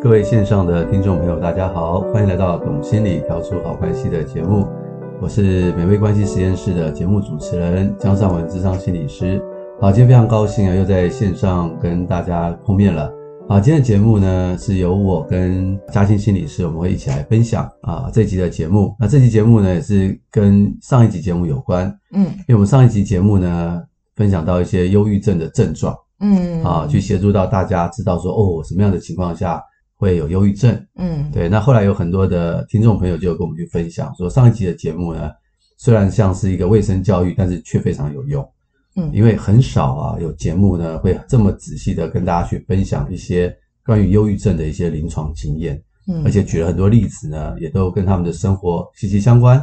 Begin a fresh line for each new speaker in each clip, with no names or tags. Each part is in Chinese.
各位线上的听众朋友，大家好，欢迎来到《懂心理调出好关系》的节目，我是美味关系实验室的节目主持人江尚文，智商心理师。好，今天非常高兴啊，又在线上跟大家碰面了。啊，今天的节目呢是由我跟嘉欣心理师，我们会一起来分享啊这集的节目。那这集节目呢也是跟上一集节目有关，
嗯
因为我们上一集节目呢分享到一些忧郁症的症状
嗯
啊，去协助到大家知道说哦什么样的情况下会有忧郁症。
嗯
对，那后来有很多的听众朋友就有跟我们去分享，说上一集的节目呢，虽然像是一个卫生教育，但是却非常有用，
嗯
因为很少啊有节目呢会这么仔细的跟大家去分享一些关于忧郁症的一些临床经验，
嗯
而且举了很多例子呢，也都跟他们的生活息息相关，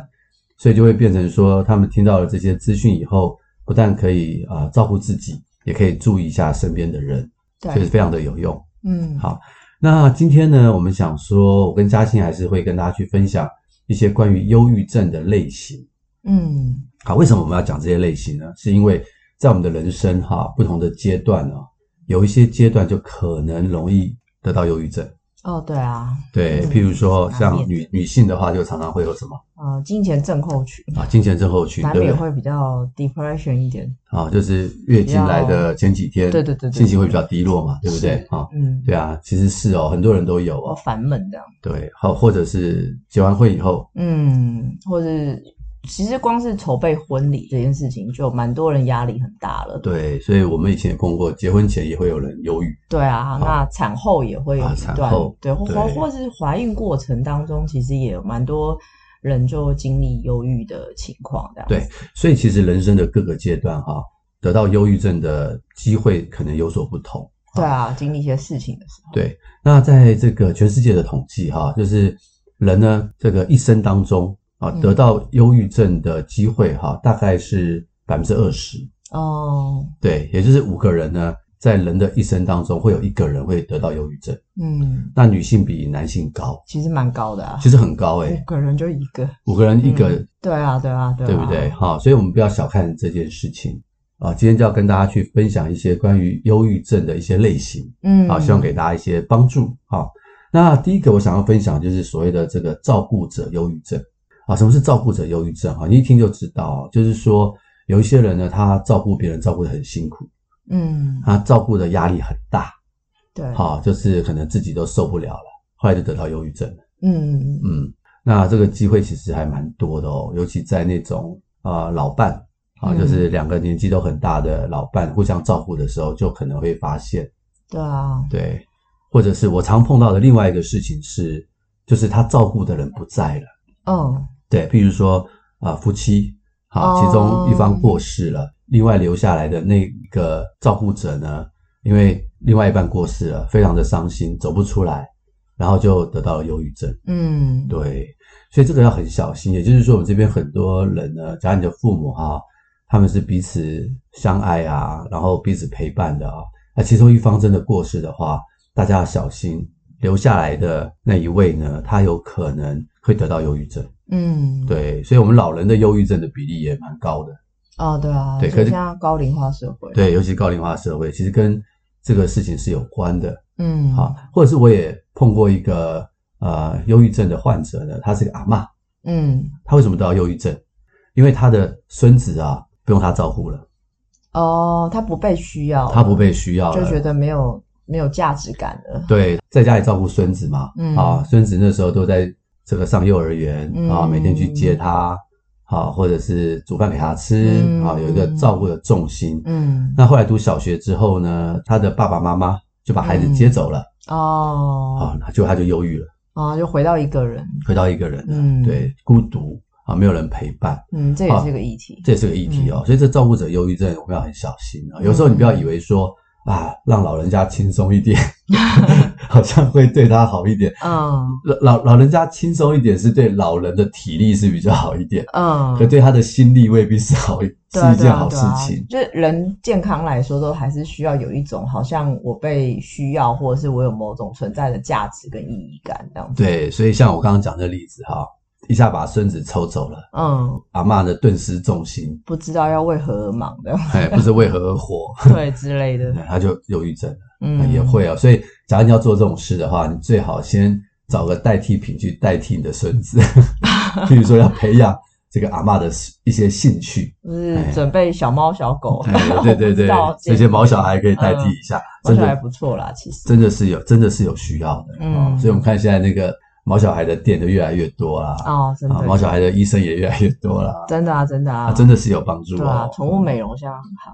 所以就会变成说，他们听到了这些资讯以后，不但可以啊、照顾自己，也可以注意一下身边的人，所以
对
非常的有用。
嗯
好那今天呢，我们想说，我跟嘉欣还是会跟大家去分享一些关于忧郁症的类型。
嗯
好，为什么我们要讲这些类型呢？是因为在我们的人生哈、不同的阶段啊，有一些阶段就可能容易得到忧郁症。
哦对啊
对，
嗯
譬如说
难
像
免
女女性的话，就常常会有什么
呃金钱症候群
啊，金钱症候群，
难
对
免
不对？
会比较 depression 一点
啊，就是月经来的前几天，
对对对对
心情会比较低落嘛，对不对
是？
啊，
嗯
对啊，其实是哦，很多人都有
我
哦，
烦闷这样
对，好，或者是结完婚以后，
嗯或是其实光是筹备婚礼这件事情就蛮多人压力很大了
对，所以我们以前也碰过，结婚前也会有人忧郁，
对啊那产后也会有
啊
一
产
段
后
对或
对
或或是怀孕过程当中其实也有蛮多人就经历忧郁的情况这样
对所以其实人生的各个阶段哈、得到忧郁症的机会可能有所不同。
对啊经历一些事情的时候
对，那在这个全世界的统计哈、就是人呢这个一生当中啊，
嗯
得到忧郁症的机会哈、大概是百分之二十，
哦
对，也就是五个人呢，在人的一生当中会有一个人会得到忧郁症，
嗯。
那女性比男性高，
其实蛮高的啊，
其实很高诶、
五个人就一个，
五个人一个
嗯对啊，对啊，对啊，
对不对？？哈、所以我们不要小看这件事情啊。今天就要跟大家去分享一些关于忧郁症的一些类型
嗯，
啊，希望给大家一些帮助啊。那第一个我想要分享就是所谓的这个照顾者忧郁症啊，什么是照顾者忧郁症啊？你一听就知道，就是说有一些人呢，他照顾别人照顾得很辛苦，
嗯，
他照顾的压力很大，
对，
啊，就是可能自己都受不了了，后来就得到忧郁症了。
嗯，
嗯，那这个机会其实还蛮多的哦，尤其在那种啊、呃老伴啊，
嗯
就是两个年纪都很大的老伴互相照顾的时候，就可能会发现，
对啊，
对，或者是我常碰到的另外一个事情是，就是他照顾的人不在了，
嗯，
对，譬如说啊、夫妻啊，
哦
其中一方过世了，另外留下来的那个照顾者呢，因为另外一半过世了，非常的伤心，走不出来，然后就得到了忧郁症。
嗯，
对，所以这个要很小心。也就是说，我们这边很多人呢，假如你的父母哈、他们是彼此相爱啊，然后彼此陪伴的啊，那其中一方真的过世的话，大家要小心，留下来的那一位呢，他有可能会得到忧郁症。
嗯，，
对，所以我们老人的忧郁症的比例也蛮高的。
哦，对啊，
对
就
可是
现在高龄化社会，，
对，尤其高龄化社会，其实跟这个事情是有关的。
嗯，
好，，或者是我也碰过一个呃忧郁症的患者呢，他是个阿嬷。
嗯，
他为什么得到忧郁症？因为他的孙子啊，不用他照顾了，
哦，他不被需要，
他不，被需要
就觉
了。
得没有没有价值感了，
对，在家里照顾孙子嘛，
嗯
啊，孙子那时候都在这个上幼儿园、
嗯
啊，每天去接他，啊，或者是煮饭给他吃、
嗯
啊，有一个照顾的重心。
嗯，
那后来读小学之后呢，他的爸爸妈妈就把孩子
嗯
接走了、
哦，
啊，那就他就忧郁了，
啊，就回到一个人，
回到一个人了，
嗯
对，孤独啊，没有人陪伴。
嗯，这也是个议题，
这也是个议题
嗯
哦。所以这照顾者忧郁症我们要很小心啊。有时候你不要以为说啊，让老人家轻松一点， 好像会对他好一点。
嗯
老老老人家轻松一点是对老人的体力是比较好一点，
嗯，
可对他的心力未必是好一
对啊
是一件
对啊
好
对
事
啊
情。
就是人健康来说，都还是需要有一种好像我被需要，或者是我有某种存在的价值跟意义感这样子。
对，所以像我刚刚讲的例子哈，一下把孙子抽走了，
嗯，
阿嬷呢顿时重心，
不知道要为何而忙的，
哎，不知为何而活，
对之类的。嗯
他就忧郁症了。呃也会哦。所以，假如你要做这种事的话，你最好先找个代替品去代替你的孙 子，譬如说要培养这个阿嬷的一些兴趣，
就是
哎
准备小猫小狗
哎，对对对，这些毛小孩可以代替一
下，
下，
嗯毛
真
小孩
的
不错啦，其实
真的是有真的是有需要的。
嗯
嗯，所以我们看现在那个毛小孩的店就越来越多啦，
哦，真
啊，毛
的，
小孩的医生也越来越多啦，
真的啊，真的啊，
啊，真的是有帮助
对啊
哦，。
宠物美嗯容现在很行，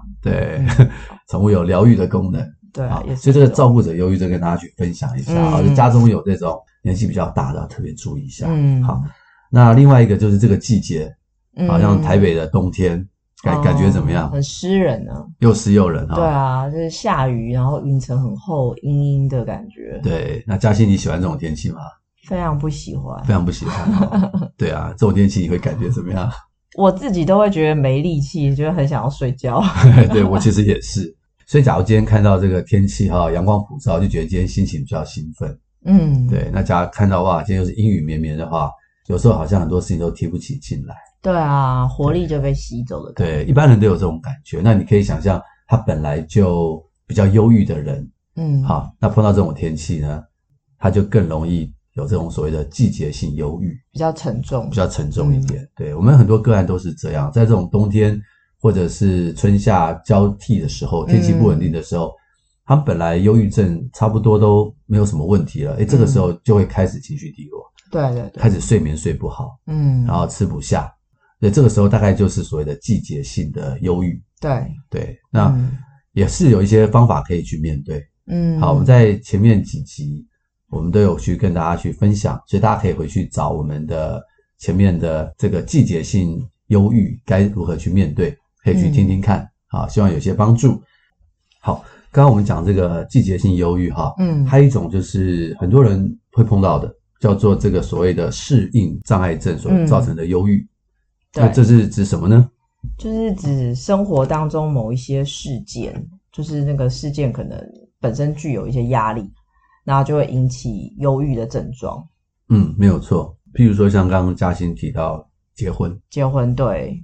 对， 宠物有疗愈的功能。
对啊
好，
也是
所以这个
一种
照顾者忧郁症跟大家去分享一下啊，
嗯
就家中有这种年纪比较大的，特别注意一下。
嗯
好，那另外一个就是这个季节，
嗯
啊好像台北的冬天感感觉怎么样
哦？很湿人啊，
又湿又冷
对
哈。
啊，就是下雨，然后云层很厚，阴阴的感觉，
对，那嘉欣你喜欢这种天气吗？
非常不喜欢
非。常不喜欢 哈。对啊，这种天气你会感觉怎么样？
我自己都会觉得没力气，就很想要睡 觉。
对我其实也是。所以，假如今天看到这个天气哈，阳光普照，就觉得今天心情比较兴奋。
嗯，
对，那假如看到哇，今天又是阴雨绵绵的话，有时候好像很多事情都提不起劲来。
对啊，活力就被吸走了。
对，一般人都有这种感觉。那你可以想象，他本来就比较忧郁的人，
嗯，，
好，那碰到这种天气呢，他就更容易有这种所谓的季节性忧郁，
比较沉重
比。较沉重一点。对我们很多个案都是这样，在这种冬天或者是春夏交替的时候，天气不稳定的时候，他们本来忧郁症差不多都没有什么问题了，诶，这个时候就会开始情绪低落，
对对对，
开始睡眠睡不好，
嗯，
然后吃不下。对，这个时候大概就是所谓的季节性的忧郁。
对，
对，那
嗯
也是有一些方法可以去面对。
嗯，
好，我们在前面几集我们都有去跟大家去分享，所以大家可以回去找我们的前面的这个季节性忧郁该如何去面对，可以去听听
嗯
看。好，希望有些帮助。好，刚刚我们讲这个季节性忧郁哈，
嗯，
还有一种就是很多人会碰到的，叫做这个所谓的适应障碍症所
嗯
造成的忧郁。
对
那这是指什么呢？
就是指生活当中某一些事件，就是那个事件可能本身具有一些压力，那就会引起忧郁的症状。
嗯，没有错。譬如说，像刚刚嘉欣提到结婚，
结婚对，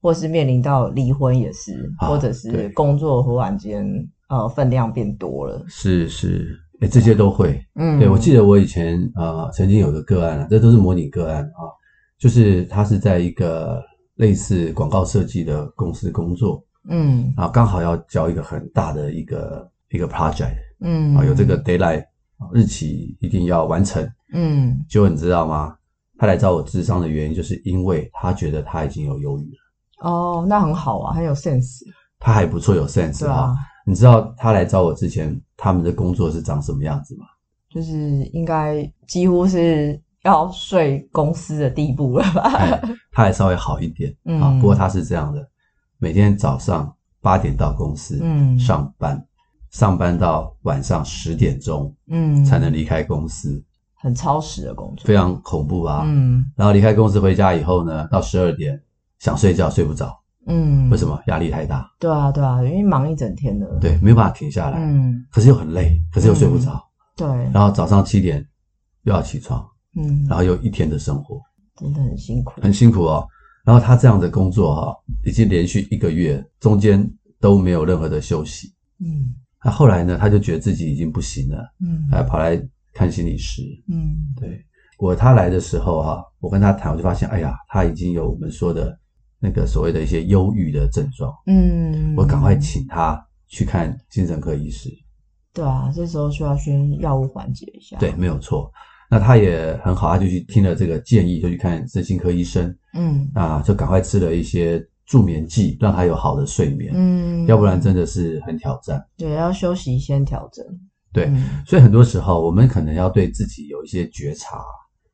或是面临到离婚也是，
啊
或者是
对
工作忽然间呃分量变多了。
是是，哎，这些都会。
嗯，
对，我记得我以前呃曾经有个个案啊，这都是模拟个案啊，就是他是在一个类似广告设计的公司工作
嗯
啊，刚好要交一个很大的一个一个 project
嗯，
啊，有这个 d a y l i g h t 日期一定要完成。
嗯
结果你知道吗？他来找我智商的原因，就是因为他觉得他已经有忧郁了，
哦，那很好啊，很有 sense，
他还不错，有 sense
对啊
啊。，你知道他来找我之前，他们的工作是长什么样 子吗？
就是应该几乎是要睡公司的地步了吧？
哎，他还稍微好一点
嗯
啊。不过他是这样的，每天早上八点到公司
嗯
上班，上班到晚上十点钟
嗯，
才能离开公司，
很超时的工作，
非常恐怖啊。
嗯
然后离开公司回家以后呢，到十二点想睡觉睡不着，
嗯，
为什么？压力太大，
对啊对啊，因为忙一整天的，，
对，啊没有办法停下来，
嗯
可是又很累，可是又睡不着。
对，
然后早上七点又要起床，
嗯，
然后又一天的生活，
真的很辛苦，
啊很辛苦哦。然后他这样的工作哈、已经连续一个月，中间都没有任何的休息。
嗯
那后来呢，他就觉得自己已经不行了，
嗯
哎，跑来看心理师。
嗯
对我他来的时候哈、我跟他谈，我就发现，哎呀，他已经有我们说的那个所谓的一些忧郁的症状，
嗯，
我赶快请他去看精神科医师。
对啊，这时候需要先药物缓解一下，
对，，没有错。那他也很好，他就去听了这个建议，就去看身心科医生
嗯
啊，就赶快吃了一些助眠剂，让他有好的睡眠，
嗯，
要不然真的是很挑战。
对要休息先调整，
对
嗯
所以很多时候，我们可能要对自己有一些觉察，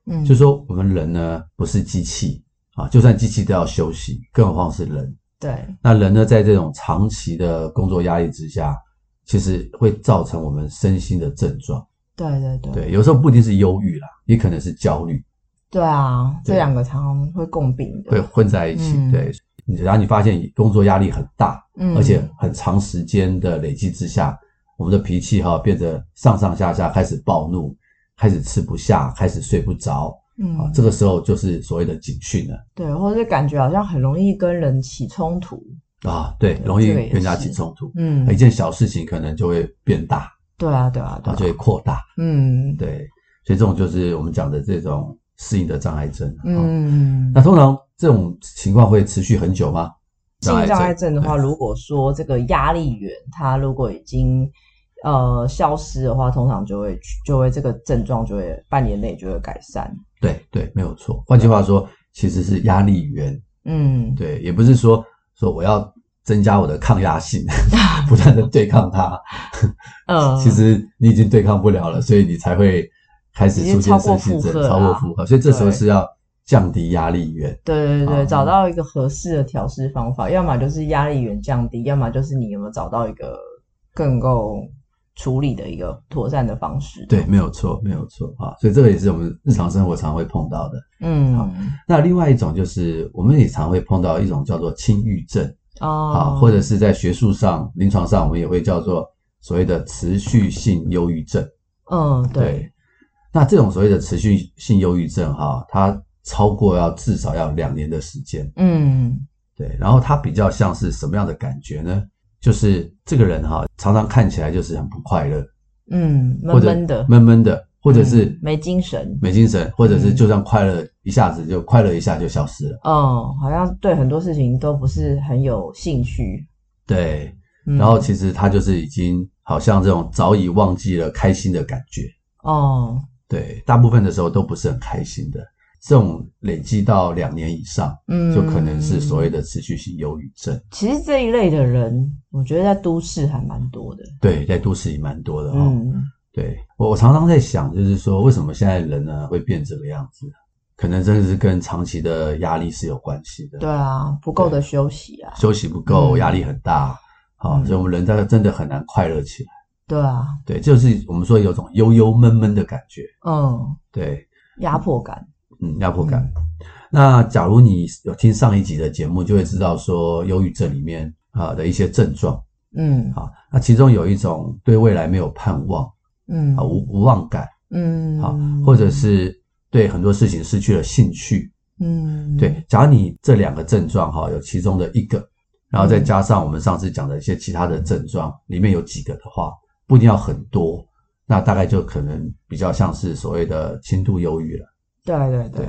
嗯，
就说我们人呢不是机器啊，就算机器都要休息，更何况是人。
对，
那人呢，在这种长期的工作压力之下，其实会造成我们身心的症状。
对对对，
对，有时候不一定是忧郁啦，也可能是焦虑，
对啊，这
对
两个常常会共病的，
会混在一起。
嗯
对，你然后你发现工作压力很大，
嗯，
而且很长时间的累积之下，我们的脾气哈、变得上上下下，开始暴怒，开始吃不下，开始睡不着
嗯
啊。这个时候就是所谓的警讯了。
对，或者是感觉好像很容易跟人起冲突，
啊，对，
对
容易
这个也
跟人家
是
起冲突，
嗯
一件小事情可能就会变大。
对啊，对啊，对
它
啊
就，会扩大。
嗯，
对，所以这种就是我们讲的这种适应的障碍症。嗯，
嗯，
那通常这种情况会持续很久吗？
适应障碍症的话，
对
如果说这个压力源它如果已经呃消失的话，通常就会就会这个症状就会半年内就会改善。
对对，没有错。换句话说，其实是压力源。
嗯，
对，也不是说说我要增加我的抗压性， 不断的对抗 它。
呃，
其实你已经对抗不了了，所以你才会开始出现身心
已
症
经超过负荷，了
超过负荷。所以这时候
对
是要降低压力源。
对对对，
啊
找到一个合适的调试方法，要么就是压力源降低，要么就是你有没有找到一个更够处理的一个妥善的方式。
对，，没有错，没有错啊。所以这个也是我们日常生活常会碰到的。
嗯，
好那另外一种就是我们也常会碰到一种叫做轻郁症
哦，
啊，或者是在学术上、临床上，我们也会叫做所谓的持续性忧郁症。
嗯，对，
对，那这种所谓的持续性忧郁症哈、它超过要至少要两年的时间。
嗯
对，然后它比较像是什么样的感觉呢？就是这个人哈、常常看起来就是很不快乐，
嗯，
或
闷
者
闷的，
闷闷的，或者
嗯
是
没精神
没精神，或者是
嗯
就算快乐一下子就快乐一下就消失了。
嗯，好像对很多事情都不是很有兴趣。
对，
嗯、
然后其实他就是已经好像这种早已忘记了开心的感觉。
哦，
对，大部分的时候都不是很开心的。这种累积到两年以上，
嗯，
就可能是所谓。的持续性忧郁症。
其实这一类的人，我觉得在都市还蛮多的。
对，在都市也蛮多的哈、哦。
嗯，
对我我常常在想，就是说为什么现在人呢会变这个样子？可能真的是跟长期的压力是有关系的。
对，啊，不够的休息啊，
休息不够，
嗯
压力很大，好、
嗯
所以我们人真的真的很难快乐起来。
对啊，
对，就是我们说有种悠悠闷闷的感觉。
嗯，
对，
压迫感，
嗯，压迫感。那假如你有听上一集的节目，就会知道说忧郁症里面啊、的一些症状
嗯
啊。那其中有一种对未来没有盼望
嗯
啊，无无望感。
嗯
好，或者是对很多事情失去了兴趣。
嗯
对，假如你这两个症状哈，有其中的一个，然后再加上我们上次讲的一些其他的症状，里面有几个的话，不一定要很多，那大概就可能比较像是所谓的轻度忧郁了。
对对对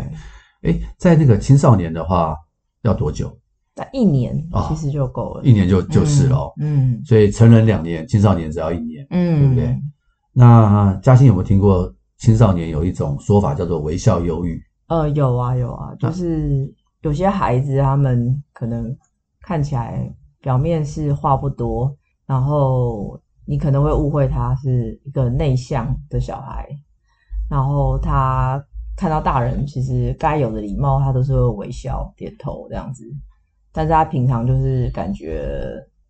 对，诶，在那个青少年的话，要多久？
那一年
啊
其实就够了，
一年就就是了哦。
嗯
所以成人两年，青少年只要一年。
嗯，
对不对？那嘉欣有没有听过青少年有一种说法叫做微笑忧郁？
呃，有啊有啊，
嗯
就是有些孩子他们可能看起来表面是话不多，然后你可能会误会他是一个内向的小孩，然后他看到大人其实该有的礼貌他都是会微笑点头这样子，但是他平常就是感觉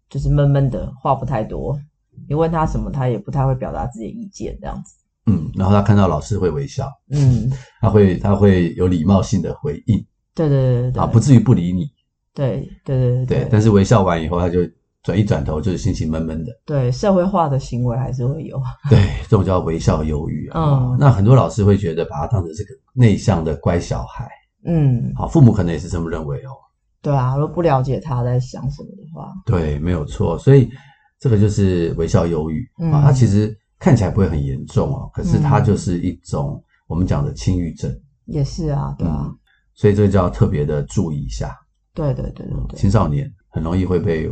就是闷闷的，话不太多，你问他什么他也不太会表达自己的意见这样子，
嗯，然后他看到老师会微笑，
嗯，
他会他会有礼貌性的回应
对对对对对，
啊，不至于不理你。
对对对
对，但是微笑完以后，他就转一转头，就是心情闷闷的。
对社会化的行为还是会 有，
对，这种叫微笑忧郁啊。
嗯
那很多老师会觉得把他当成是个内向的乖小孩，
嗯，
好，父母可能也是这么认为哦。
对啊，如果不了解他在想什么的话，
对，没有错。所以这个就是微笑忧郁
嗯
啊，它其实看起来不会很严重哦，可是它就是一
嗯
种我们讲的轻郁症，
也是啊，对啊，
嗯所以这个就要特别的注意一下。嗯
对对对对对，
青少年很容易会被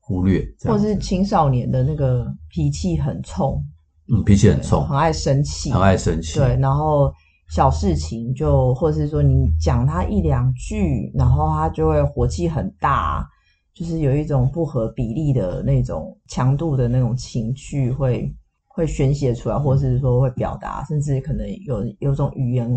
忽略，这
或
样
者
子
是青少年的那个脾气很冲，
嗯脾气很冲，
很爱生气，
很爱生气，
对，然后小事情就，或是说你讲他一两句，然后他就会火气很大，就是有一种不合比例的那种强度的那种情绪会会宣泄出来，或是说会表达，甚至可能有有种语言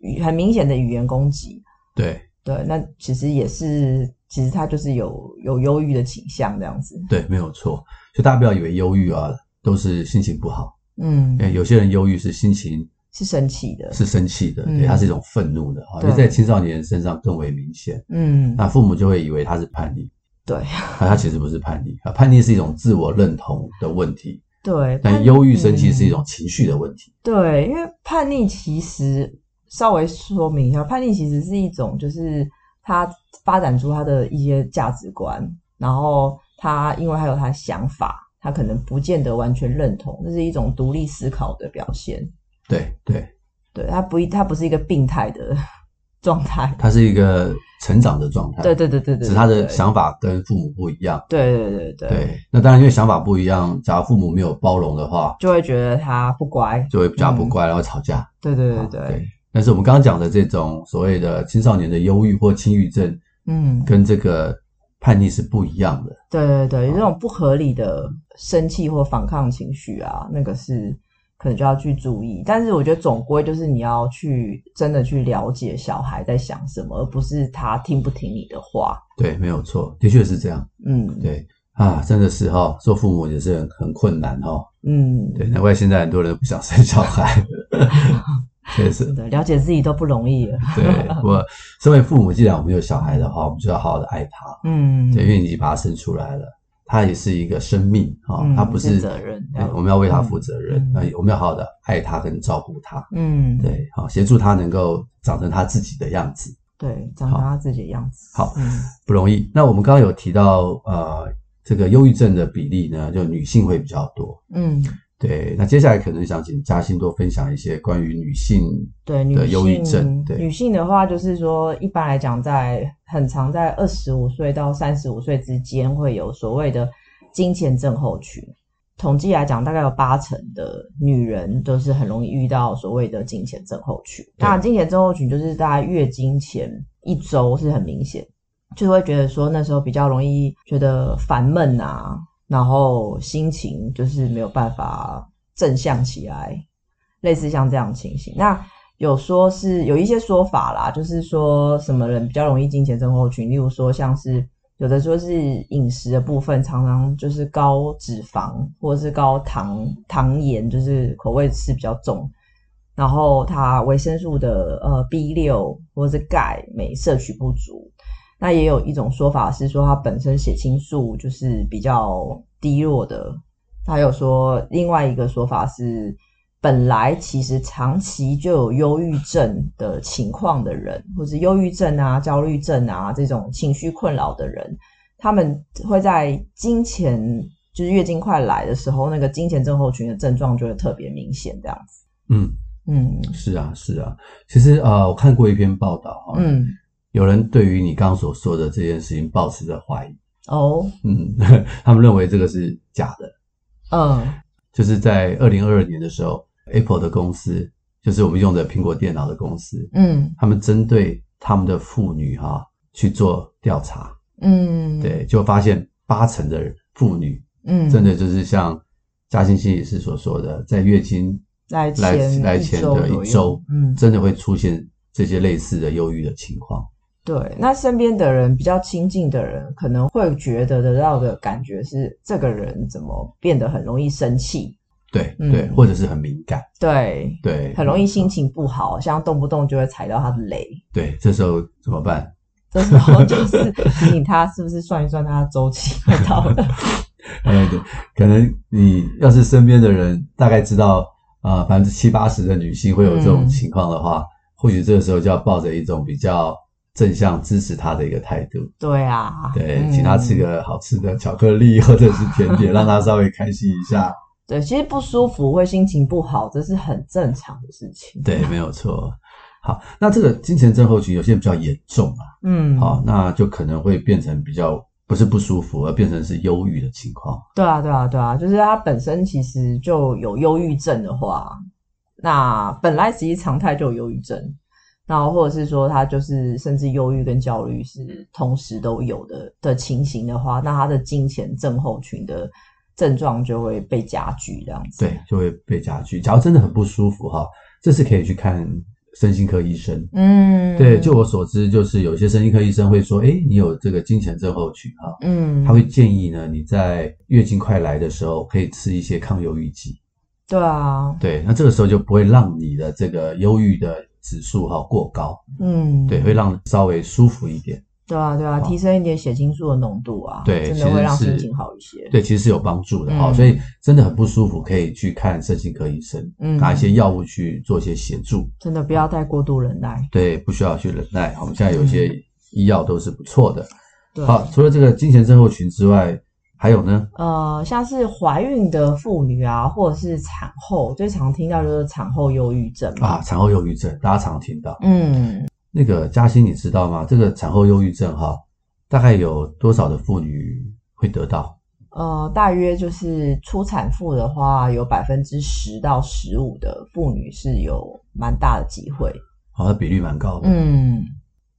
语很明显的语言攻击。
对
对，那其实也是，其实他就是有有忧郁的倾向这样子。
对，没有错。所以大家不要以为忧郁啊都是心情不好，哎
嗯
因，为有些人忧郁是心情
是生气的。
是生气的，
嗯
对，它是一种愤怒的啊，
对
因为在青少年身上更为明显。
嗯，
那父母就会以为他是叛逆，
对
那他其实不是叛逆啊，叛逆是一种自我认同的问题，
对。
但
他
忧郁生气是一
嗯
种情绪的问题。
对，因为叛逆其实稍微说明一下，叛逆其实是一种，就是他发展出他的一些价值观，然后他因为他有他的想法，他可能不见得完全认同，这是一种独立思考的表现。
对对，
对他不一，他不是一个病态的 状态。
他是一个成长的状态，
对对对对对，
只是他的
对
想法跟父母不一样。
对对对对，
对，那当然，因为想法不一样，假如父母没有包容的话，
就会觉得他不乖。
就会比较不乖，然后吵架。
对嗯对对
啊
对，
但是我们刚刚讲的这种所谓的青少年的忧郁或轻郁症，
嗯，
跟这个叛逆是不一样的。
对对对，有这种不合理的生气或反抗情绪啊，那个是可能就要去注意。但是我觉得总归就是你要去真的去了解小孩在想什么，而不是他听不听你的话。
对，没有错，的确是这样。
嗯，
对啊，真的是哈、做父母也是很很困难哈、哦。
嗯，
对，难怪现在很多人都不想生小 孩，确实。
真的了解自己都不容易了。
对我，身为父母，既然我们有小孩的话，我们就要好好的爱他。
嗯，
对，因为你把他生出来了，他也是一个生命啊、
嗯
他不
是
是
责任
对呃我们要为他负责任
嗯，
那、我们要好好的爱他跟照顾他，
嗯，
对，好协助他能够长成他自己的样子，
对，长成他自己的样子。
好
嗯，
不容易。那我们刚刚有提到，呃，这个忧郁症的比例呢，就女性会比较多。
嗯，
对，那接下来可能想请嘉欣多分享一些关于女性，
对，女
的
性
忧郁症对
女性的话，就是说，一般来讲在，很常在二十五岁到三十五岁之间，会有所谓的金钱症候群。统计来讲，大概有八成的女人都是很容易遇到所谓的金钱症候群。
对
那金钱症候群就是大概月经前一周是很明显，就会觉得说那时候比较容易觉得烦闷啊，然后心情就是没有办法正向起来，类似像这样的情形。那有说是有一些说法啦，就是说什么人比较容易金钱症候群，例如说像是有的说是饮食的部分常常就是高脂肪或者是高糖糖盐，就是口味吃比较重，然后它维生素的呃 B 六或者是钙镁摄取不足。那也有一种说法是说它本身血清素就是比较低落的，还有说另外一个说法是，本来其实长期就有忧郁症的情况的人，或是忧郁症啊、焦虑症啊这种情绪困扰的人，他们会在金钱就是月经快来的时候，那个金钱症候群的症状就会特别明显，这样子。
嗯，
嗯
是啊，是啊。其实呃，我看过一篇报道哈、
嗯
有人对于你刚刚所说的这件事情抱持着怀疑，
哦
嗯， 他们认为这个是假的。
嗯
就是在二零二二年的时候，Apple 的公司，就是我们用的苹果电脑的公司，
嗯
他们针对他们的妇女哈、去做调查，
嗯，
对，就发现八成的妇女
嗯，
真的就是像嘉欣心理师所说的，在月经
来
来
前
来
一
前
周
的
左右
一周，
嗯，
真的会出现这些类似的忧郁的情况。
对，那身边的人比较亲近的人，可能会觉得得到的感觉是，这个人怎么变得很容易生气？
对
嗯
对，或者是很敏感，
对，
对，
很容易心情不好，像动不动就会踩到他的雷。
对，这时候怎么办？
这时 候就是提醒他是不是算一算他的周期快到了。
哎，对，可能你要是身边的人大概知道啊，百分之七八十的女性会有这种
嗯
情况的话，或许这个时候就要抱着一种比较正向支持她的一个态度，
对啊，
对，
嗯
请她吃个好吃的巧克力或者是甜 点，让她稍微开心一下。
对，其实不舒服会心情不好，这是很正常的事情。，
对，没有错。好，那这个金钱症候群有些比较严重啊，
嗯，
好，那就可能会变成比较不是不舒服，而变成是忧郁的情况。
对啊，对啊，对啊，就是他本身其实就有忧郁症的话，那本来其实常态就有忧郁症，然后或者是说他就是甚至忧郁跟焦虑
嗯
是同时都有的的情形的话，那他的金钱症候群的症状就会被加剧这样子。
对，就会被加剧。假如真的很不舒服哈，这是可以去看身心科医生。
嗯，
对，就我所知，就是有些身心科医生会说，哎，你有这个金钱症候群哈，
嗯，
他会建议呢，你在月经快来的时候可以吃一些抗忧郁剂。
对啊，
对，那这个时候就不会让你的这个忧郁的指数哈过高，
嗯，
对，会让稍微舒服一点。
对啊，对啊，提升一点血清素的浓度啊，
对
真
其
的会
实
让心
是
情好一些。
对，其实是有帮助的哈、
嗯
所以真的很不舒服，可以去看身心科医生，
嗯
拿一些药物去做一些协助。
真的不要太过度忍耐。
对，不需要去忍耐。我们现在有一些医药都是不错的。
对，啊
好，除了这个金钱症候群之外，还有呢？
呃，像是怀孕的妇女啊，或者是产后，最常听到就是产后忧郁症嘛。
啊，产后忧郁症，大家常听到。
嗯，
那个嘉欣，你知道吗？这个产后忧郁症哈，大概有多少的妇女会得到？
呃，大约就是初产妇的话，有百分之十到十五的妇女是有蛮大的机会。
好像比率蛮高的。
嗯，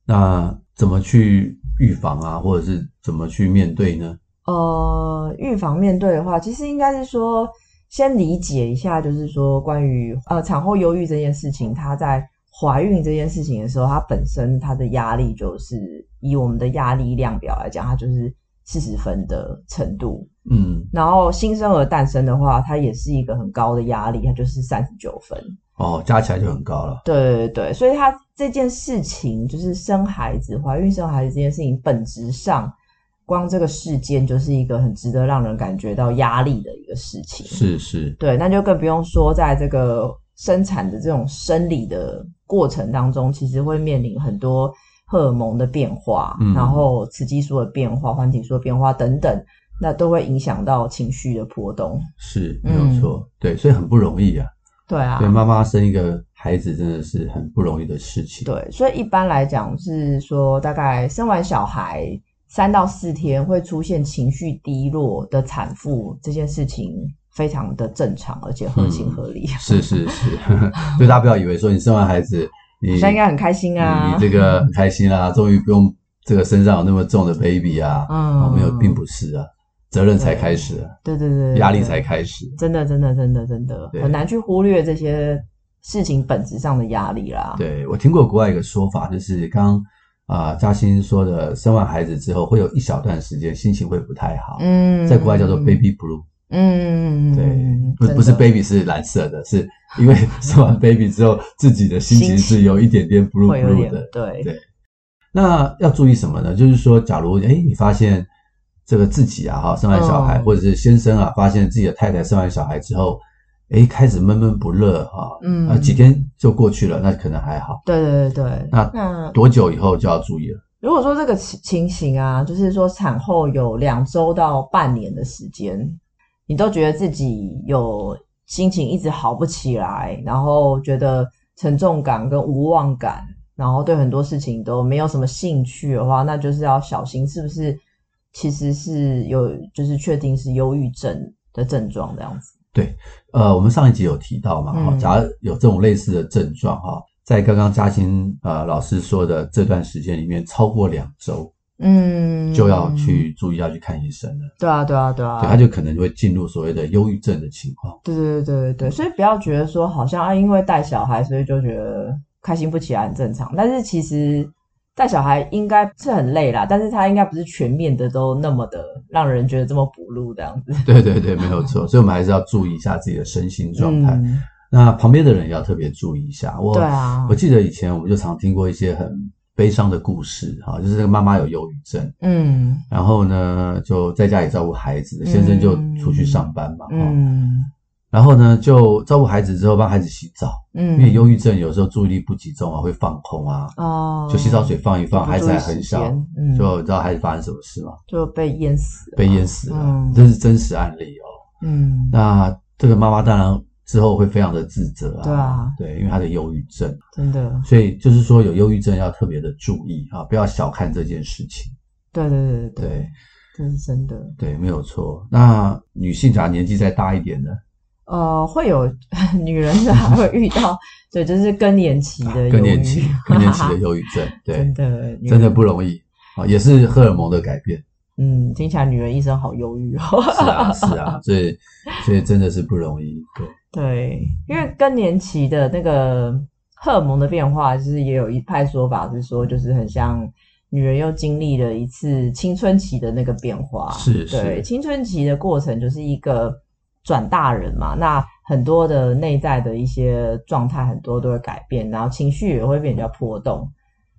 那怎么去预防啊，或者是怎么去面对呢？
呃，预防面对的话，其实应该是说，先理解一下，就是说关于呃产后忧郁这件事情，它在怀孕这件事情的时候，它本身它的压力就是以我们的压力量表来讲，它就是四十分的程度。
嗯，
然后新生儿诞生的话，它也是一个很高的压力，它就是三十九分。
哦，加起来就很高了。
对对对，所以他这件事情就是生孩子、怀孕生孩子这件事情，本质上光这个事件就是一个很值得让人感觉到压力的一个事情。
是是，
对，那就更不用说在这个生产的这种生理的过程当中，其实会面临很多荷尔蒙的变化，
嗯
然后雌激素的变化、环体素的变化等等，那都会影响到情绪的波动。
是没有错。对，所以很不容易啊。
对啊，
对，妈妈生一个孩子真的是很不容易的事情。
对，所以一般来讲是说，大概生完小孩三到四天会出现情绪低落的产妇，这件事情非常的正常，而且合
嗯
情合理。
是是是， 所以大家不要以为说你生完孩子，你
好像应该很开心啊
你你这个很开心啦、终于不用这个身上有那么重的 baby 啊，
嗯
哦，没有，并不是啊，责任才开始啊，
对对对，对
压力才开始。
真的真的真的真的
对
很难去忽略这些事情本质上的压力啦。
对我听过国外一个说法，就是刚啊、嘉欣说的，生完孩子之后会有一小段时间心情会不太好，
嗯，
在国外叫做 baby blue，
嗯，嗯，
对，
嗯
不
真
不是
的
baby 是蓝色的，是因为生完 baby 之后自己的心情
心情
是有一点点 blue
会有
blue
点
的。
对
对那要注意什么呢？就是说，假如哎你发现这个自己啊哈生完小孩，
嗯
或者是先生啊发现自己的太太生完小孩之后，哎开始闷闷不乐啊，
嗯
啊几天就过去了，那可能还好。
对对对对。
那
那
多久以后就要注意了？
如果说这个情情形啊，就是说产后有两周到半年的时间，你都觉得自己有心情一直好不起来，然后觉得沉重感跟无望感，然后对很多事情都没有什么兴趣的话，那就是要小心是不是其实是有就是确定是忧郁症的症状这样子。
呃，我们上一集有提到嘛，哈、
嗯
假如有这种类似的症状哈，在刚刚嘉欣呃老师说的这段时间里面，超过两周
嗯，
就要去注意要去看医生了，
对啊，对啊，对啊，
对，他就可能会进入所谓的忧郁症的情况。
对对对对对，所以不要觉得说好像啊，因为带小孩，所以就觉得开心不起来很正常。但是其实带小孩应该是很累啦，但是他应该不是全面的都那么的让人觉得这么补录这样子
对对对，没有错，所以我们还是要注意一下自己的身心状态。
嗯
那旁边的人也要特别注意一下。我
对啊
我，记得以前我们就常听过一些很悲伤的故事哈，就是这个妈妈有忧郁症，
嗯
然后呢就在家里照顾孩子，先生就出去上班嘛，哈、
嗯
然后呢就照顾孩子之后帮孩子洗澡，因
嗯，
为忧郁症有时候注意力不集中啊，会放空啊，
哦，
就洗澡水放一放，
就不
孩子
注意
还很
时
小
间，嗯
就知道孩子发生什么事嘛，
就被淹死了，
被淹死了，
嗯
这是真实案例哦。
嗯，
那这个妈妈当然之后会非常的自责啊，
对啊
对，因为她的忧郁症，
真的，
所以就是说有忧郁症要特别的注意啊，不要小看这件事情。
对对对对
对
对，这是真的。
对，没有错。那女性假如年纪再大一点的，
呃，会有 女人是还会遇到，对，就是更年期的忧郁，
更年 期，更年期的忧郁症，对
真，的女
真的
人
不容易啊，也是荷尔蒙的改变。
嗯，听起来女人一生好忧郁哦。
是啊，是啊，所以所以真的是不容易。对，
对，因为更年期的那个荷尔蒙的变化，就是也有一派说法是说，就是很像女人又经历了一次青春期的那个变化。
是是
啊对，青春期的过程就是一个转大人嘛，那很多的内在的一些状态，很多都会改变，然后情绪也会变得比较波动。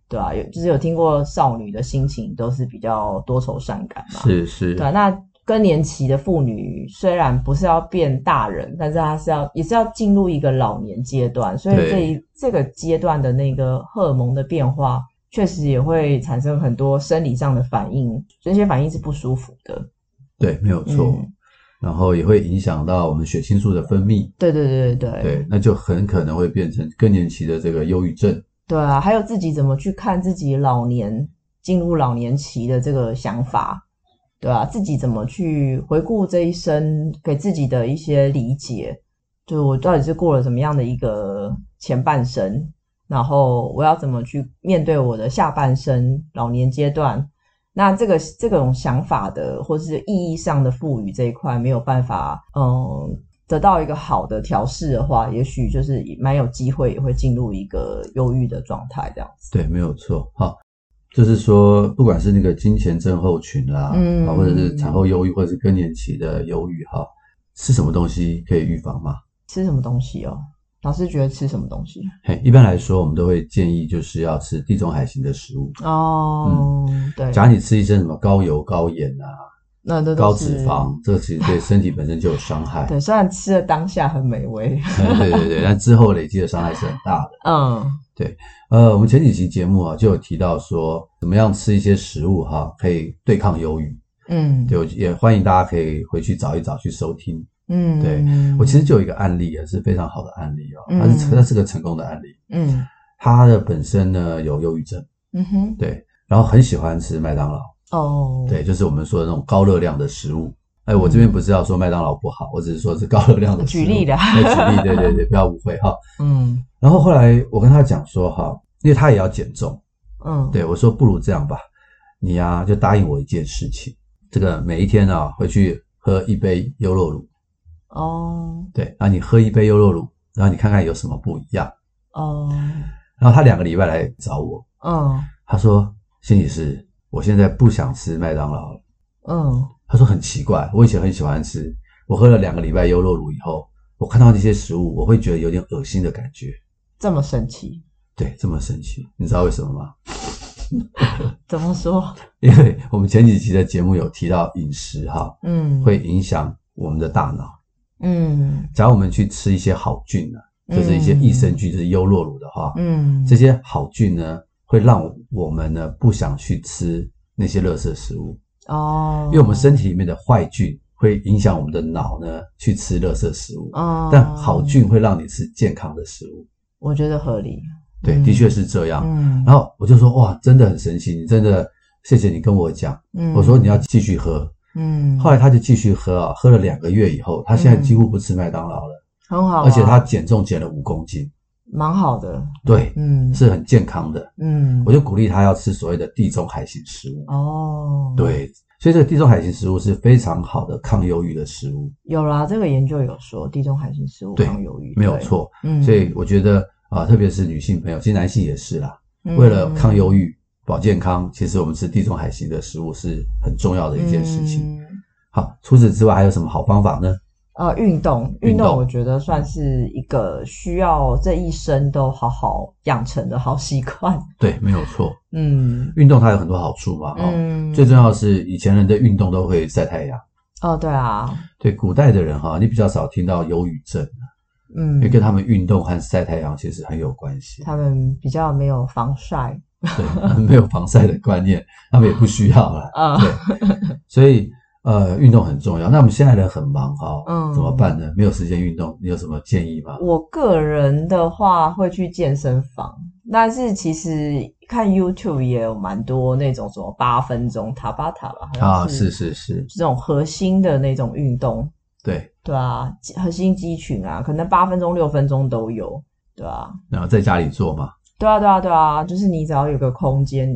对啊，有就是有听过少女的心情都是比较多愁善感嘛，
是是
对啊，那更年期的妇女虽然不是要变大人，但是她是要也是要进入一个老年阶段，所以
对
这一这个阶段的那个荷尔蒙的变化，确实也会产生很多生理上的反应，这些反应是不舒服的。
对，没有错。
嗯
然后也会影响到我们血清素的分泌，
对对对对对
对，那就很可能会变成更年期的这个忧郁症。
对啊！还有自己怎么去看自己老年进入老年期的这个想法，对啊，自己怎么去回顾这一生给自己的一些理解，就是我到底是过了怎么样的一个前半生，然后我要怎么去面对我的下半生老年阶段。那这个这种想法的或是意义上的赋予这一块没有办法，嗯，得到一个好的调试的话，也许就是蛮有机会也会进入一个忧郁的状态这样子。
对，没有错。好，就是说，不管是那个金钱症候群啦，
嗯
啊，或者是产后忧郁，或者是更年期的忧郁，哈，是什么东西可以预防吗？
吃什么东西哦？老师觉得吃什么东西？
嘿，一般来说，我们都会建议就是要吃地中海型的食物。
哦，对，
假如你吃一些什么高油、高盐啊、
嗯那这
高
都是
脂肪，这其实对身体本身就有伤害。
对，虽然吃的当下很美味，
嗯 对对对，但之后累积的伤害是很大的。
嗯，
呃，我们前几期节目啊，就有提到说，怎么样吃一些食物哈、可以对抗忧郁。
嗯，
对，我也欢迎大家可以回去找一找去收听。
嗯，
对我其实就有一个案例啊也是非常好的案例哦，
嗯
它是它是个成功的案例。
嗯
他的本身呢有忧郁症，
嗯哼，
对，然后很喜欢吃麦当劳，
哦，
对，就是我们说的那种高热量的食物。哎，我这边不是要说麦当劳不好，我只是说是高热量的食物。
举例的
对举例，对对对，不要误会哈。
嗯
然后后来我跟他讲说哈，因为他也要减重，
嗯，
对我说不如这样吧，你呀、就答应我一件事情，这个每一天啊回去喝一杯优酪乳，
哦
对，然后你喝一杯优酪乳，然后你看看有什么不一样。
哦，
然后他两个礼拜来找我，
嗯
他说：“心理师，我现在不想吃麦当劳了。
嗯”
他说：“很奇怪，我以前很喜欢吃，我喝了两个礼拜优酪乳以后，我看到这些食物，我会觉得有点恶心的感觉。
这么神奇，
对，这么神奇，你知道为什么吗？
怎么说？
因为我们前几集的节目有提到饮食哈，
嗯，
会影响我们的大脑。
嗯，
假如我们去吃一些好菌呢，就是一些益生菌，就是优酪乳的话，
嗯，嗯，
这些好菌呢，会让我们呢不想去吃那些垃圾食物。
哦，
因为我们身体里面的坏菌会影响我们的脑呢去吃垃圾食物，
哦，
但好菌会让你吃健康的食物。
我觉得合理，
对，
嗯
的确是这样。
嗯，
然后我就说哇，真的很神奇，你真的谢谢你跟我讲。
嗯
我说你要继续喝，
嗯，
后来他就继续喝啊，喝了两个月以后，他现在几乎不吃麦当劳了，
很好啊，
而且他减重减了五公斤，
蛮好的，
对，
嗯，
是很健康的。
嗯，
我就鼓励他要吃所谓的地中海型食物。
哦，，
对，所以这个地中海型食物是非常好的抗忧郁的食物，
有啦，这个研究有说地中海型食物
对
抗忧郁，
没有
对，
错。
嗯，
所以我觉得啊、特别是女性朋友，其实男性也是啦。
嗯
为了抗忧郁、保健康，其实我们吃地中海型的食物是很重要的一件事情。。
嗯
好，除此之外还有什么好方法呢？
呃，运动，
运
运动，
动
我觉得算是一个需要这一生都好好养成的好习惯。
对，没有错，
嗯，
运动它有很多好处嘛。哦，
嗯，
最重要的是以前人的运动都会晒太阳。
哦，对啊，
对古代的人哈，你比较少听到忧郁症，
嗯
因为，跟他们运动和晒太阳其实很有关 系。
他们比较没有防晒，
对，没有防晒的观 念，他们也不需要了。
啊，
所以呃，运动很重要。那我们现在人很忙哈、
嗯
怎么办呢？没有时间运动，你有什么建议吗？
我个人的话会去健身房，但是其实看 YouTube 也有蛮多那种什么八分钟塔巴塔吧，好像
啊，
是
是是是，
这种核心的那种运动，
对。
对啊，肌核心肌群啊，可能八分钟、六分钟都有，对啊，
然后在家里做嘛，
对啊，对啊，对啊，就是你只要有个空间，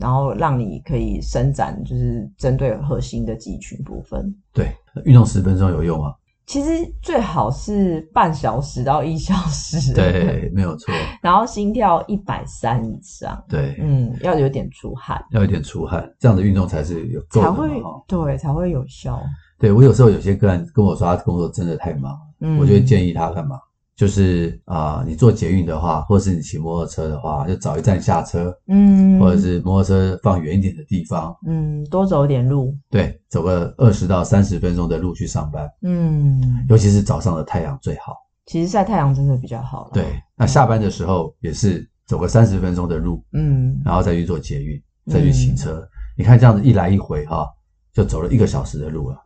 然后让你可以伸展，就是针对核心的肌群部分。
对，运动十分钟有用吗？啊
其实最好是半小时到一小时，，
对，没有错，
然后心跳一百三以上，
对，
嗯，要有点出汗
要有点出汗，这样的运动才是有够
才
的嘛
会
哦
对才会有效。
对我有时候有些个人跟我说他工作真的太忙了，
嗯，
我就会建议他干嘛？就是啊、你坐捷运的话，或是你骑摩托车的话，就找一站下车，
嗯，
或者是摩托车放远一点的地方，
嗯多走点路，
对，走个二十到三十分钟的路去上班，
嗯，
尤其是早上的太阳最好。
其实晒太阳真的比较好啦。
对，那下班的时候也是走个三十分钟的路，
嗯，
然后再去做捷运，再去骑车。你看这样子一来一回哈、就走了一个小时的路了，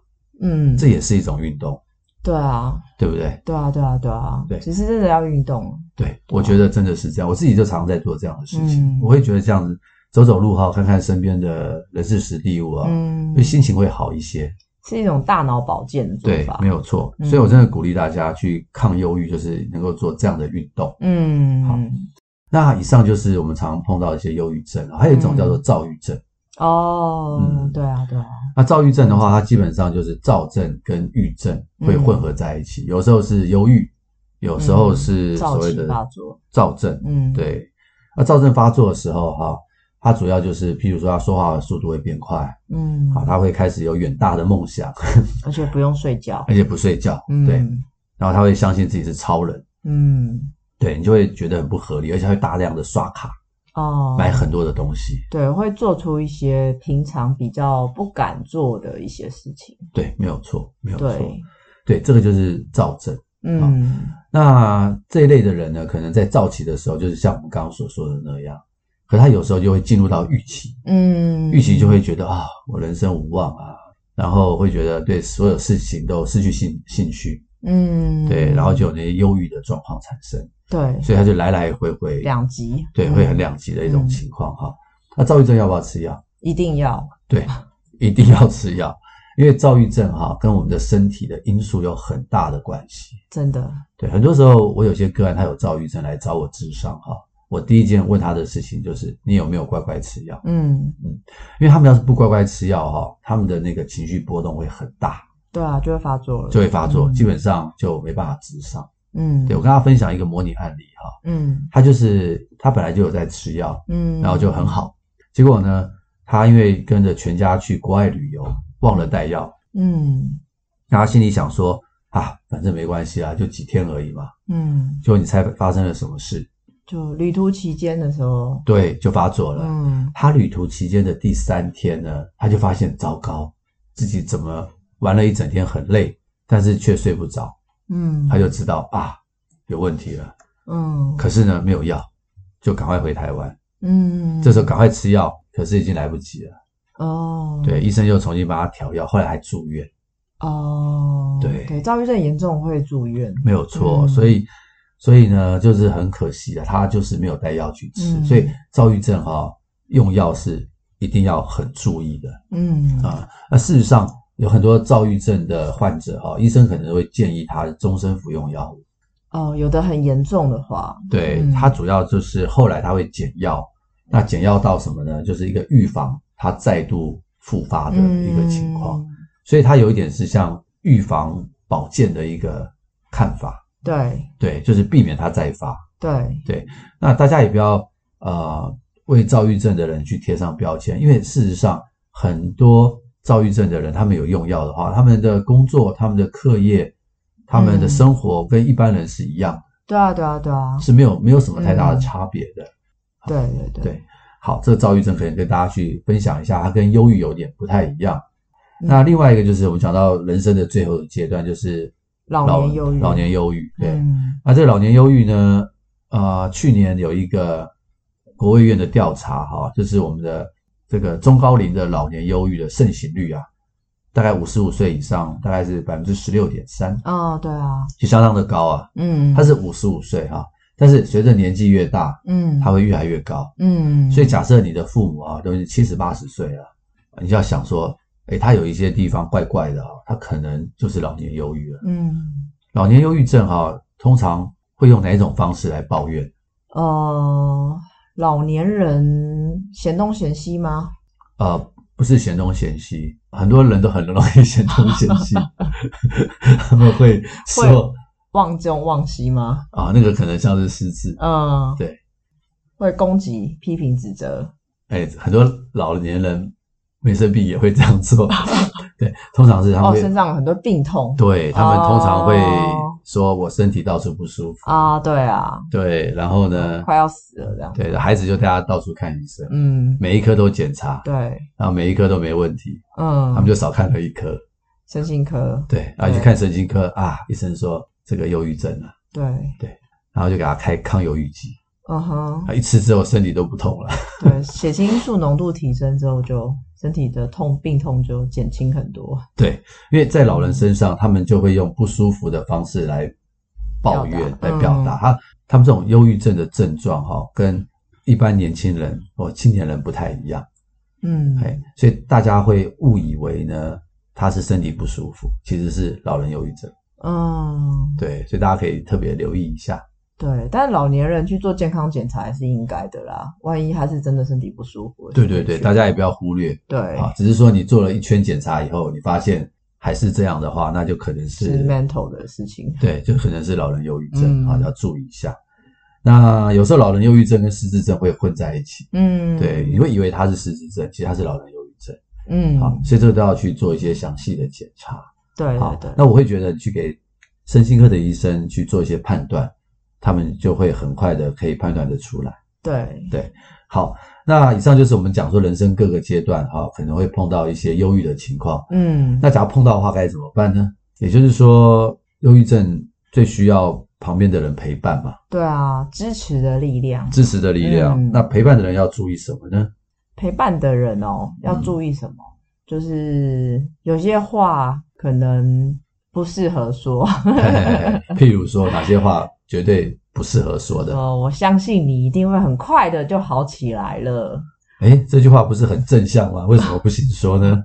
嗯，
这也是一种运动，
对啊，
对不对？
对啊，对啊，对啊，
对
只是真的要运动，
对，我觉得真的是这样，我自己就常常在做这样的事情，
嗯
我会觉得这样子走走路哈，看看身边的人事实地物啊，
嗯
对，，心情会好一些。
是一种大脑保健的做
对，
法
没，有错。
嗯
所以我真的鼓励大家去抗忧郁，就是能够做这样的运动。好
嗯，
那以上就是我们常碰到的一些忧郁症，啊还有一
嗯
种叫做躁郁症。
哦
嗯，
对啊，对啊，
那躁郁症的话，它基本上就是躁症跟郁症
嗯
会混合在一起，有时候是忧郁，有时候是所谓的
嗯躁气发作
躁症。
嗯，，
对，那躁症发作的时候哈、它主要就是，譬如说他说话的速度会变快，
嗯，
啊，他会开始有远大的梦想，
而且不用睡觉，
而且不睡觉，
嗯，
对，，然后他会相信自己是超人，
嗯，
对你就会觉得很不合理，而且他会大量的刷卡
哦，
买很多的东西，
对，会做出一些平常比较不敢做的一些事情。
对，没有错，没有错，
对，
对，这个就是躁症。
嗯，
那这一类的人呢，可能在躁期的时候，就是像我们刚刚所说的那样，可他有时候就会进入到预期，
嗯，
预期就会觉得啊，我人生无望啊，然后会觉得对所有事情都失去兴兴趣，
嗯，
对，然后就有那些忧郁的状况产生，
对
所以他就来来回回，
两极，
对，
嗯
会很两极的一种情况哈。那躁郁症要不要吃药？
一定要，
对，一定要吃药，因为躁郁症哈跟我们的身体的因素有很大的关系。
真的，
对，很多时候我有些个案他有躁郁症来找我治商哈，我第一件问他的事情就是你有没有乖乖吃药？
嗯，
因为他们要是不乖乖吃药哈，他们的那个情绪波动会很大，
对啊，就会发作了，
就会发作，
嗯
基本上就没办法治商。
嗯，
对我跟他分享一个模拟案例哈，
嗯
他就是他本来就有在吃药，
嗯，
然后就很，好，结果呢，他因为跟着全家去国外旅游，忘了带药，
嗯
那他心里想说啊，反正没关系啦，就几天而已嘛。
嗯，
结果你猜发生了什么事？
就旅途期间的时候，
对，就发作了。
嗯，
他旅途期间的第三天呢，他就发现糟糕，自己怎么玩了一整天很累，但是却睡不着，
嗯，
他就知道啊有问题了。
嗯
可是呢，没有药，就赶快回台湾。
嗯，
这时候赶快吃药，可是已经来不及了。
哦，
对，医生又重新帮他调药，后来还住院，
哦，
对
对，躁郁症严重会住院，
没有错。
嗯
所以，所以呢，就是很可惜啊，他就是没有带药去吃。
嗯
所以，躁郁症哈、用药是一定要很注意的。
嗯
啊，那事实上有很多躁郁症的患者哈、医生可能会建议他终身服用药物。
哦，有的很严重的话，
对、
嗯
他主要就是后来他会减药，那减药到什么呢？就是一个预防他再度复发的一个情况，
嗯
所以他有一点是像预防保健的一个看法，
对
对，就是避免它再发。
对，
那大家也不要呃为躁郁症的人去贴上标签，因为事实上很多躁郁症的人，他们有用药的话，他们的工作、他们的课业、他们的生活跟一般人是一样，
对啊，对啊，对啊，
是没有没有什么太大的差别的。
对对对
对好，这个躁郁症可能跟大家去分享一下，它跟忧郁有点不太一样。
嗯
那另外一个就是我们讲到人生的最后的阶段，就是
老年忧郁，
老年忧郁，对。
嗯
那这老年忧郁呢，呃，去年有一个国务院的调查哈、就是我们的这个中高龄的老年忧郁的盛行率啊，大概五十五岁以上，大概是百分之十六点三，
哦，对啊，
就相当的高啊。
嗯，
它是五十五岁哈、但是随着年纪越大，
嗯，
它会越来越高。
嗯，
所以假设你的父母啊都已经七十八十岁了，你就要想说，诶，他有一些地方怪怪的啊，他可能就是老年忧郁了。
嗯
老年忧郁症哈、通常会用哪一种方式来抱怨？
呃，老年人嫌东嫌西吗？
呃，不是嫌东嫌西，很多人都很容易嫌东嫌西， 他们会说
忘东忘西吗？
啊，那个可能像是失智，
嗯，
对，
会攻击、批评、指责，
哎，很多老年人没生病也会这样做， 对，通常是他们
哦，
会，
身上有很多病痛
对他们通常会
哦
说我身体到处不舒服，
啊，对啊，
对，然后呢，
快要啊死了这样，
对，孩子就带他到处看医生，
嗯，
每一科都检查，
对，
然后每一科都没问题，
嗯，
他们就少看了一科，
身心科，
对，然后去
对
看神经科啊，医生说这个忧郁症了、
对，
然后就给他开抗忧郁剂。啊
嗯、嗯哼，
他一吃之后身体都不痛了。
对，血清素浓度提升之后就，身体的痛病痛就减轻很多。嗯
对，因为在老人身上，他们就会用不舒服的方式来抱怨、
表达嗯
来表达他他们这种忧郁症的症状哈、跟一般年轻人或青年人不太一样，
嗯，
哎，所以大家会误以为呢他是身体不舒服，其实是老人忧郁症。
嗯，
对，所以大家可以特别留意一下。
对，但老年人去做健康检查也是应该的啦。万一他是真的身体不舒服，
对对对，大
家
家也不要忽略
对
啊，只是说你做了一圈检查以后，你发现还是这样的话，那就可能
是 mental 的事情。
对，就可能是老人忧郁症
嗯
啊，要注意一下。那有时候老人忧郁症跟失智症会混在一起，
嗯，
对，你会以为他是失智症，其实他是老人忧郁症，
嗯，
好，所以这个都要去做一些详细的检查。
对
好
对对，，
那我会觉得你去给身心科的医生去做一些判断，他们就会很快的可以判断得出来。
对，
好，那以上就是我们讲说人生各个阶段哈、可能会碰到一些忧郁的情况。
嗯，
那假如碰到的话该怎么办呢？也就是说，忧郁症最需要旁边的人陪伴嘛。
对啊，支持的力量，
支持的力量。
嗯
那陪伴的人要注意什么呢？
陪伴的人哦，
嗯
要注意什么？就是有些话可能不适 合说，
嘿嘿嘿譬如说哪些话绝对不适合说的？
说我相信你一定会很快的就好起来了，
哎，这句话不是很正向吗？为什么不行说呢？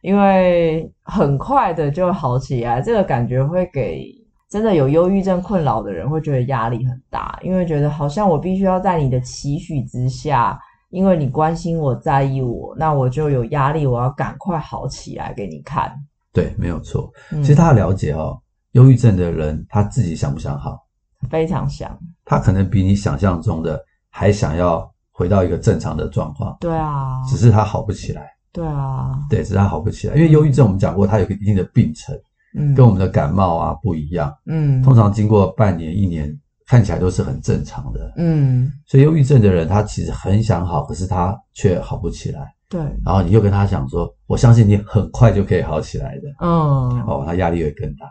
因为很快的就好起来，这个感觉会给真的有忧郁症困扰的人会觉得压力很大，因为觉得好像我必须要在你的期许之下。因为你关心我、在意我，那我就有压力，我要赶快好起来给你看。
对，没有错。
嗯、
其实他要了解哦，忧郁症的人他自己想不想好，
非常想，
他可能比你想象中的还想要回到一个正常的状况，
对啊，
只是他好不起来。
对啊，
对，只是他好不起来，因为忧郁症我们讲过，它有一个一定的病程，
嗯，
跟我们的感冒啊不一样。
嗯，
通常经过半年、一年，看起来都是很正常的。
嗯，
所以忧郁症的人，他其实很想好，可是他却好不起来。
对，
然后你又跟他讲说，我相信你很快就可以好起来的，
嗯，
哦，他压力会更大。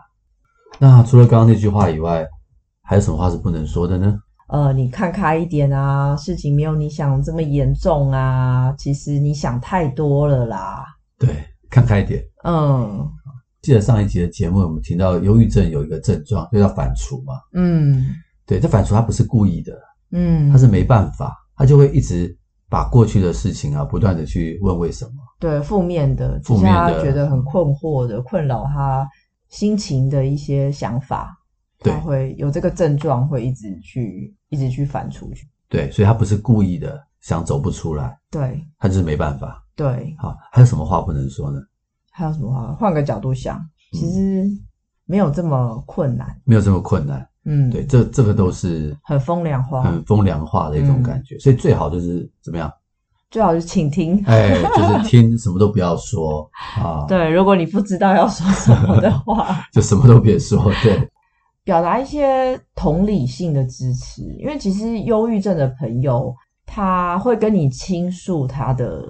那除了刚刚那句话以外，还有什么话是不能说的呢？
呃，你看开一点啊，事情没有你想这么严重啊，其实你想太多了啦，
对，看开一点。
嗯
记得上一集的节目，我们提到忧郁症有一个症状，就叫反刍嘛。
嗯
对，这反刍他不是故意的，
嗯，
他是没办法，他就会一直把过去的事情啊，不断的去问为什么。
对负面的，
负面的
只是他觉得很困惑的，困扰他心情的一些想法，
对
他会有这个症状，会一直去一直去反刍去，
对，所以他不是故意的，想走不出来，
对
他就是没办法。
对，
好，还有什么话不能说呢？
还有什么话？换个角度想，
嗯
其实没有这么困难。
没有这么困难。
嗯，
对，，这这个都是
很风凉话，
很风凉话的一种感觉，所以最好就是怎么样？
最好是倾听。
哎，就是听什么都不要说啊，
对，如果你不知道要说什么的话，
就什么都别说。对，
表达一些同理性的支持，因为其实忧郁症的朋友，他会跟你倾诉他的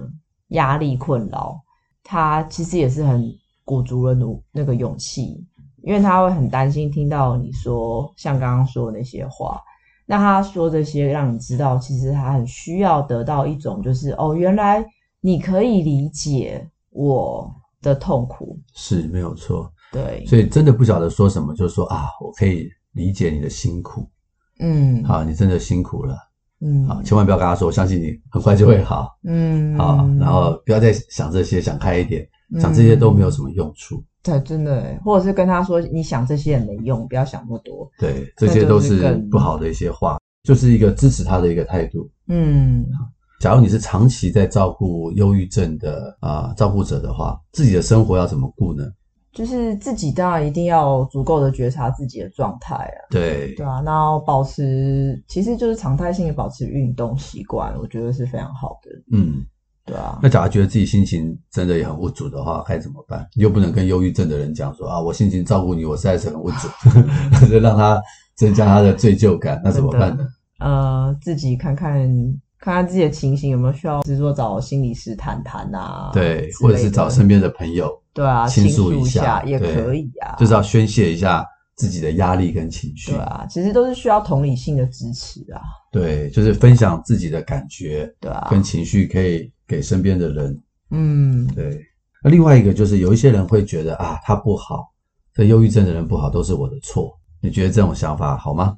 压力困扰，他其实也是很鼓足了努那个勇气，因为他会很担心听到你说像刚刚说的那些话，那他说这些，让你知道，其实他很需要得到一种，就是哦，原来你可以理解我的痛苦，
是没有错。
对，
所以真的不晓得说什么，就说啊，我可以理解你的辛苦
嗯，，
啊，你真的辛苦了
嗯，
啊，千万不要跟他说，我相信你很快就会好
嗯，
啊，然后不要再想这些，想开一点，想这些都没有什么用处。
嗯对，真的耶，或者是跟他说，你想这些也没用，不要想那么多，
对，这些都
那就是是更
不好的一些话，就是一个支持他的一个态度。
嗯，
假如你是长期在照顾忧郁症的啊、照顾者的话，自己的生活要怎么顾呢？
就是自己当然一定要足够的觉察自己的状态啊，
对，
对啊，然后保持其实就是常态性的保持运动习惯，我觉得是非常好的，
嗯，
对啊，
那假如觉得自己心情真的也很无助的话，该怎么办？你又不能跟忧郁症的人讲说啊，我心情照顾你，我实在是很无助，
嗯
就让他增加他的罪疚感，那怎么办呢？
呃，自己看看看看自己的情形有没有需要，比如说找心理师谈谈啊，
对，
之类
或者是
的
找身边的朋友，
对啊
倾
倾
诉
诉
一
一
下
也
对
可以啊，
就是要宣泄一下自己的压力跟情绪
对。啊，其实都是需要同理性的支持啊，
对，就是分享自己的感觉
对啊，
跟情绪，可以给身边的人。
嗯，
对，那另外一个就是有一些人会觉得啊，他不好，这忧郁症的人不好都是我的错。你觉得这种想法好吗？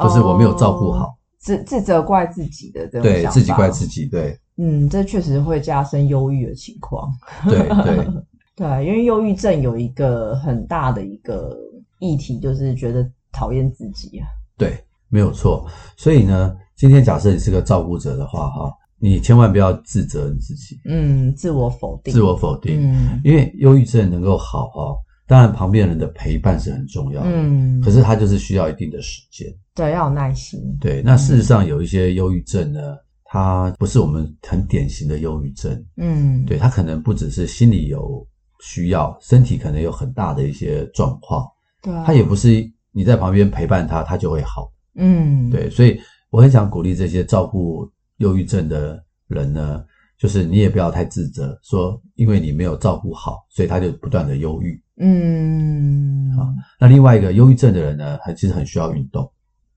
就是我没有照顾好，
哦，自自责怪自己的这种
对
想法
自己怪自己，对
嗯，这确实会加深忧郁的情况。
对对
对，因为忧郁症有一个很大的一个议题，就是觉得讨厌自己啊。
对，没有错。所以呢，今天假设你是个照顾者的话，哈，你千万不要自责你自己，
嗯，自我否定，
自我否定，
嗯
因为忧郁症能够好哈，当然旁边人的陪伴是很重要的，
嗯，
可是它就是需要一定的时间。
对，要有耐心。
对，那事实上有一些忧郁症呢，它不是我们很典型的忧郁症，
嗯，
对，它可能不只是心理有需要，身体可能有很大的一些状况，
对啊，
它也不是你在旁边陪伴它，它就会好。
嗯，
对，所以我很想鼓励这些照顾忧郁症的人呢，就是你也不要太自责，说因为你没有照顾好，所以他就不断的忧郁。
嗯，
好那另外一个忧郁症的人呢，他其实很需要运动，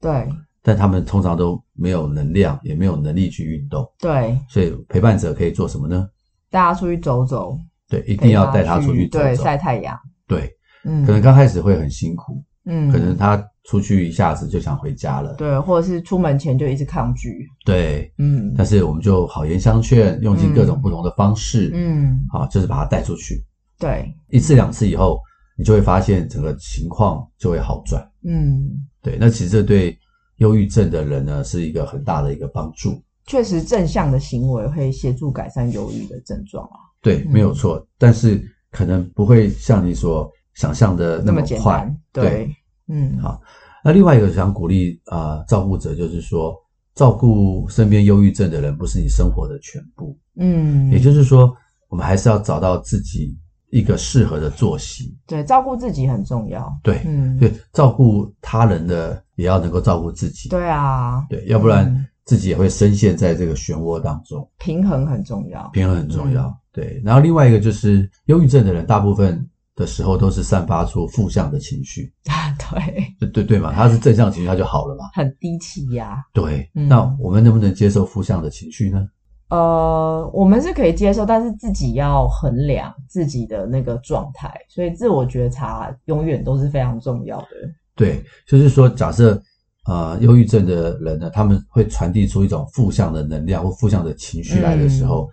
对
但他们通常都没有能量，也没有能力去运动。
对，
所以陪伴者可以做什么呢？
带他出去走走，
对，一定要带
他
他出去走
对，
走。
晒太阳。
对，
嗯，
可能刚开始会很辛苦，
嗯，
可能他出去一下子就想回家了。
对，或者是出门前就一直抗拒。
对，
嗯
但是我们就好言相劝，用尽各种不同的方式，
嗯，
啊，就是把他带出去。
对，
一次两次以后，你就会发现整个情况就会好转。
嗯，
对，那其实这对忧郁症的人呢，是一个很大的一个帮助。
确实正向的行为会协助改善忧郁的症状啊，
对，
嗯
没有错，但是可能不会像你所想象的那
么
么
简
快。
单。
对
对，嗯，
好那另外一个想鼓励啊、呃照顾者就是说，照顾身边忧郁症的人不是你生活的全部，
嗯，
也就是说，我们还是要找到自己一个适合的作息。
对，照顾自己很重要。
对，
嗯，
对，照顾他人的也要能够照顾自己。
对啊，
对，要不然
嗯
自己也会深陷在这个漩涡当中。
平衡很重要。
平衡很重要。
嗯
对，然后另外一个就是，忧郁症的人大部分的时候都是散发出负向的情绪，
对，
对对对嘛，他是正向情绪他就好了嘛。
很低气压。
对，
嗯
那我们能不能接受负向的情绪呢？
呃，我们是可以接受，但是自己要衡量自己的那个状态，所以自我觉察永远都是非常重要的。
对，就是说，假设呃，忧郁症的人呢，他们会传递出一种负向的能量或负向的情绪来的时候，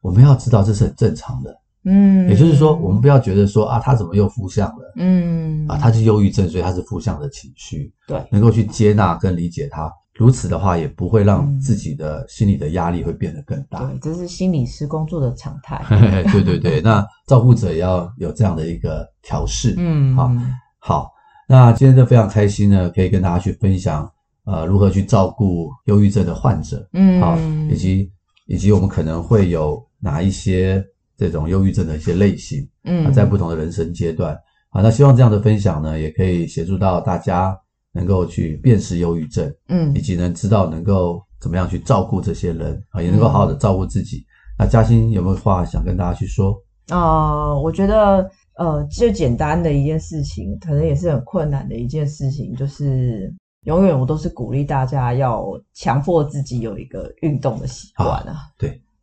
我们要知道这是很正常的。
嗯，
也就是说，我们不要觉得说啊，他怎么又负向了
嗯
啊，他是忧郁症，所以他是负向的情绪，
对，
能够去接纳跟理解他。如此的话，也不会
嗯
让自己的心理的压力会变得更大。
对，这是心理师工作的常 态。
对对 对，那照顾者也要有这样的一个调试。
嗯，
好，好，那今天就非常开心呢，可以跟大家去分享呃如何去照顾忧郁症的患者，
嗯，
好，以及以及我们可能会有哪一些这种忧郁症的一些类型啊，
嗯，
在不同的人生阶段啊，那希望这样的分享呢，也可以协助到大家能够去辨识忧郁症，
嗯
以，及能知道能够怎么样去照顾这些人啊，也能够
嗯
好好的照顾自己。那嘉欣有没有话想跟大家去说？
呃，我觉得呃，最简单的一件事情，可能也是很困难的一件事情，就是永远我都是鼓励大家要强迫自己有一个运动的习惯啊。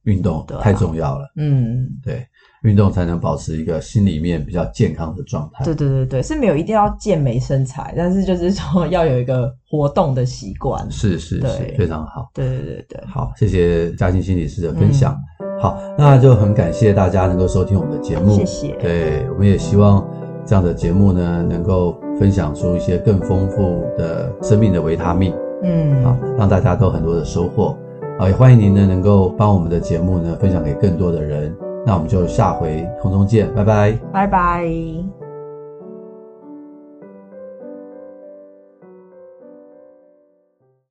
运动
对啊
太重要了。
嗯，
对，运动才能保持一个心里面比较健康的状态。
对对对对，是没有一定要健美身材，但是就是说要有一个活动的习惯。
是是是，
对
非常好。
对对对对，
好，谢谢嘉欣心理师的分享。好，那就很感谢大家能够收听我们的节目。
嗯谢谢。
嗯对，我们也希望这样的节目呢，能够分享出一些更丰富的生命的维他命啊
嗯，，
让大家都很多的收获。啊，也欢迎您呢能够帮我们的节目呢分享给更多的人。那我们就下回空中见，拜拜。
拜拜。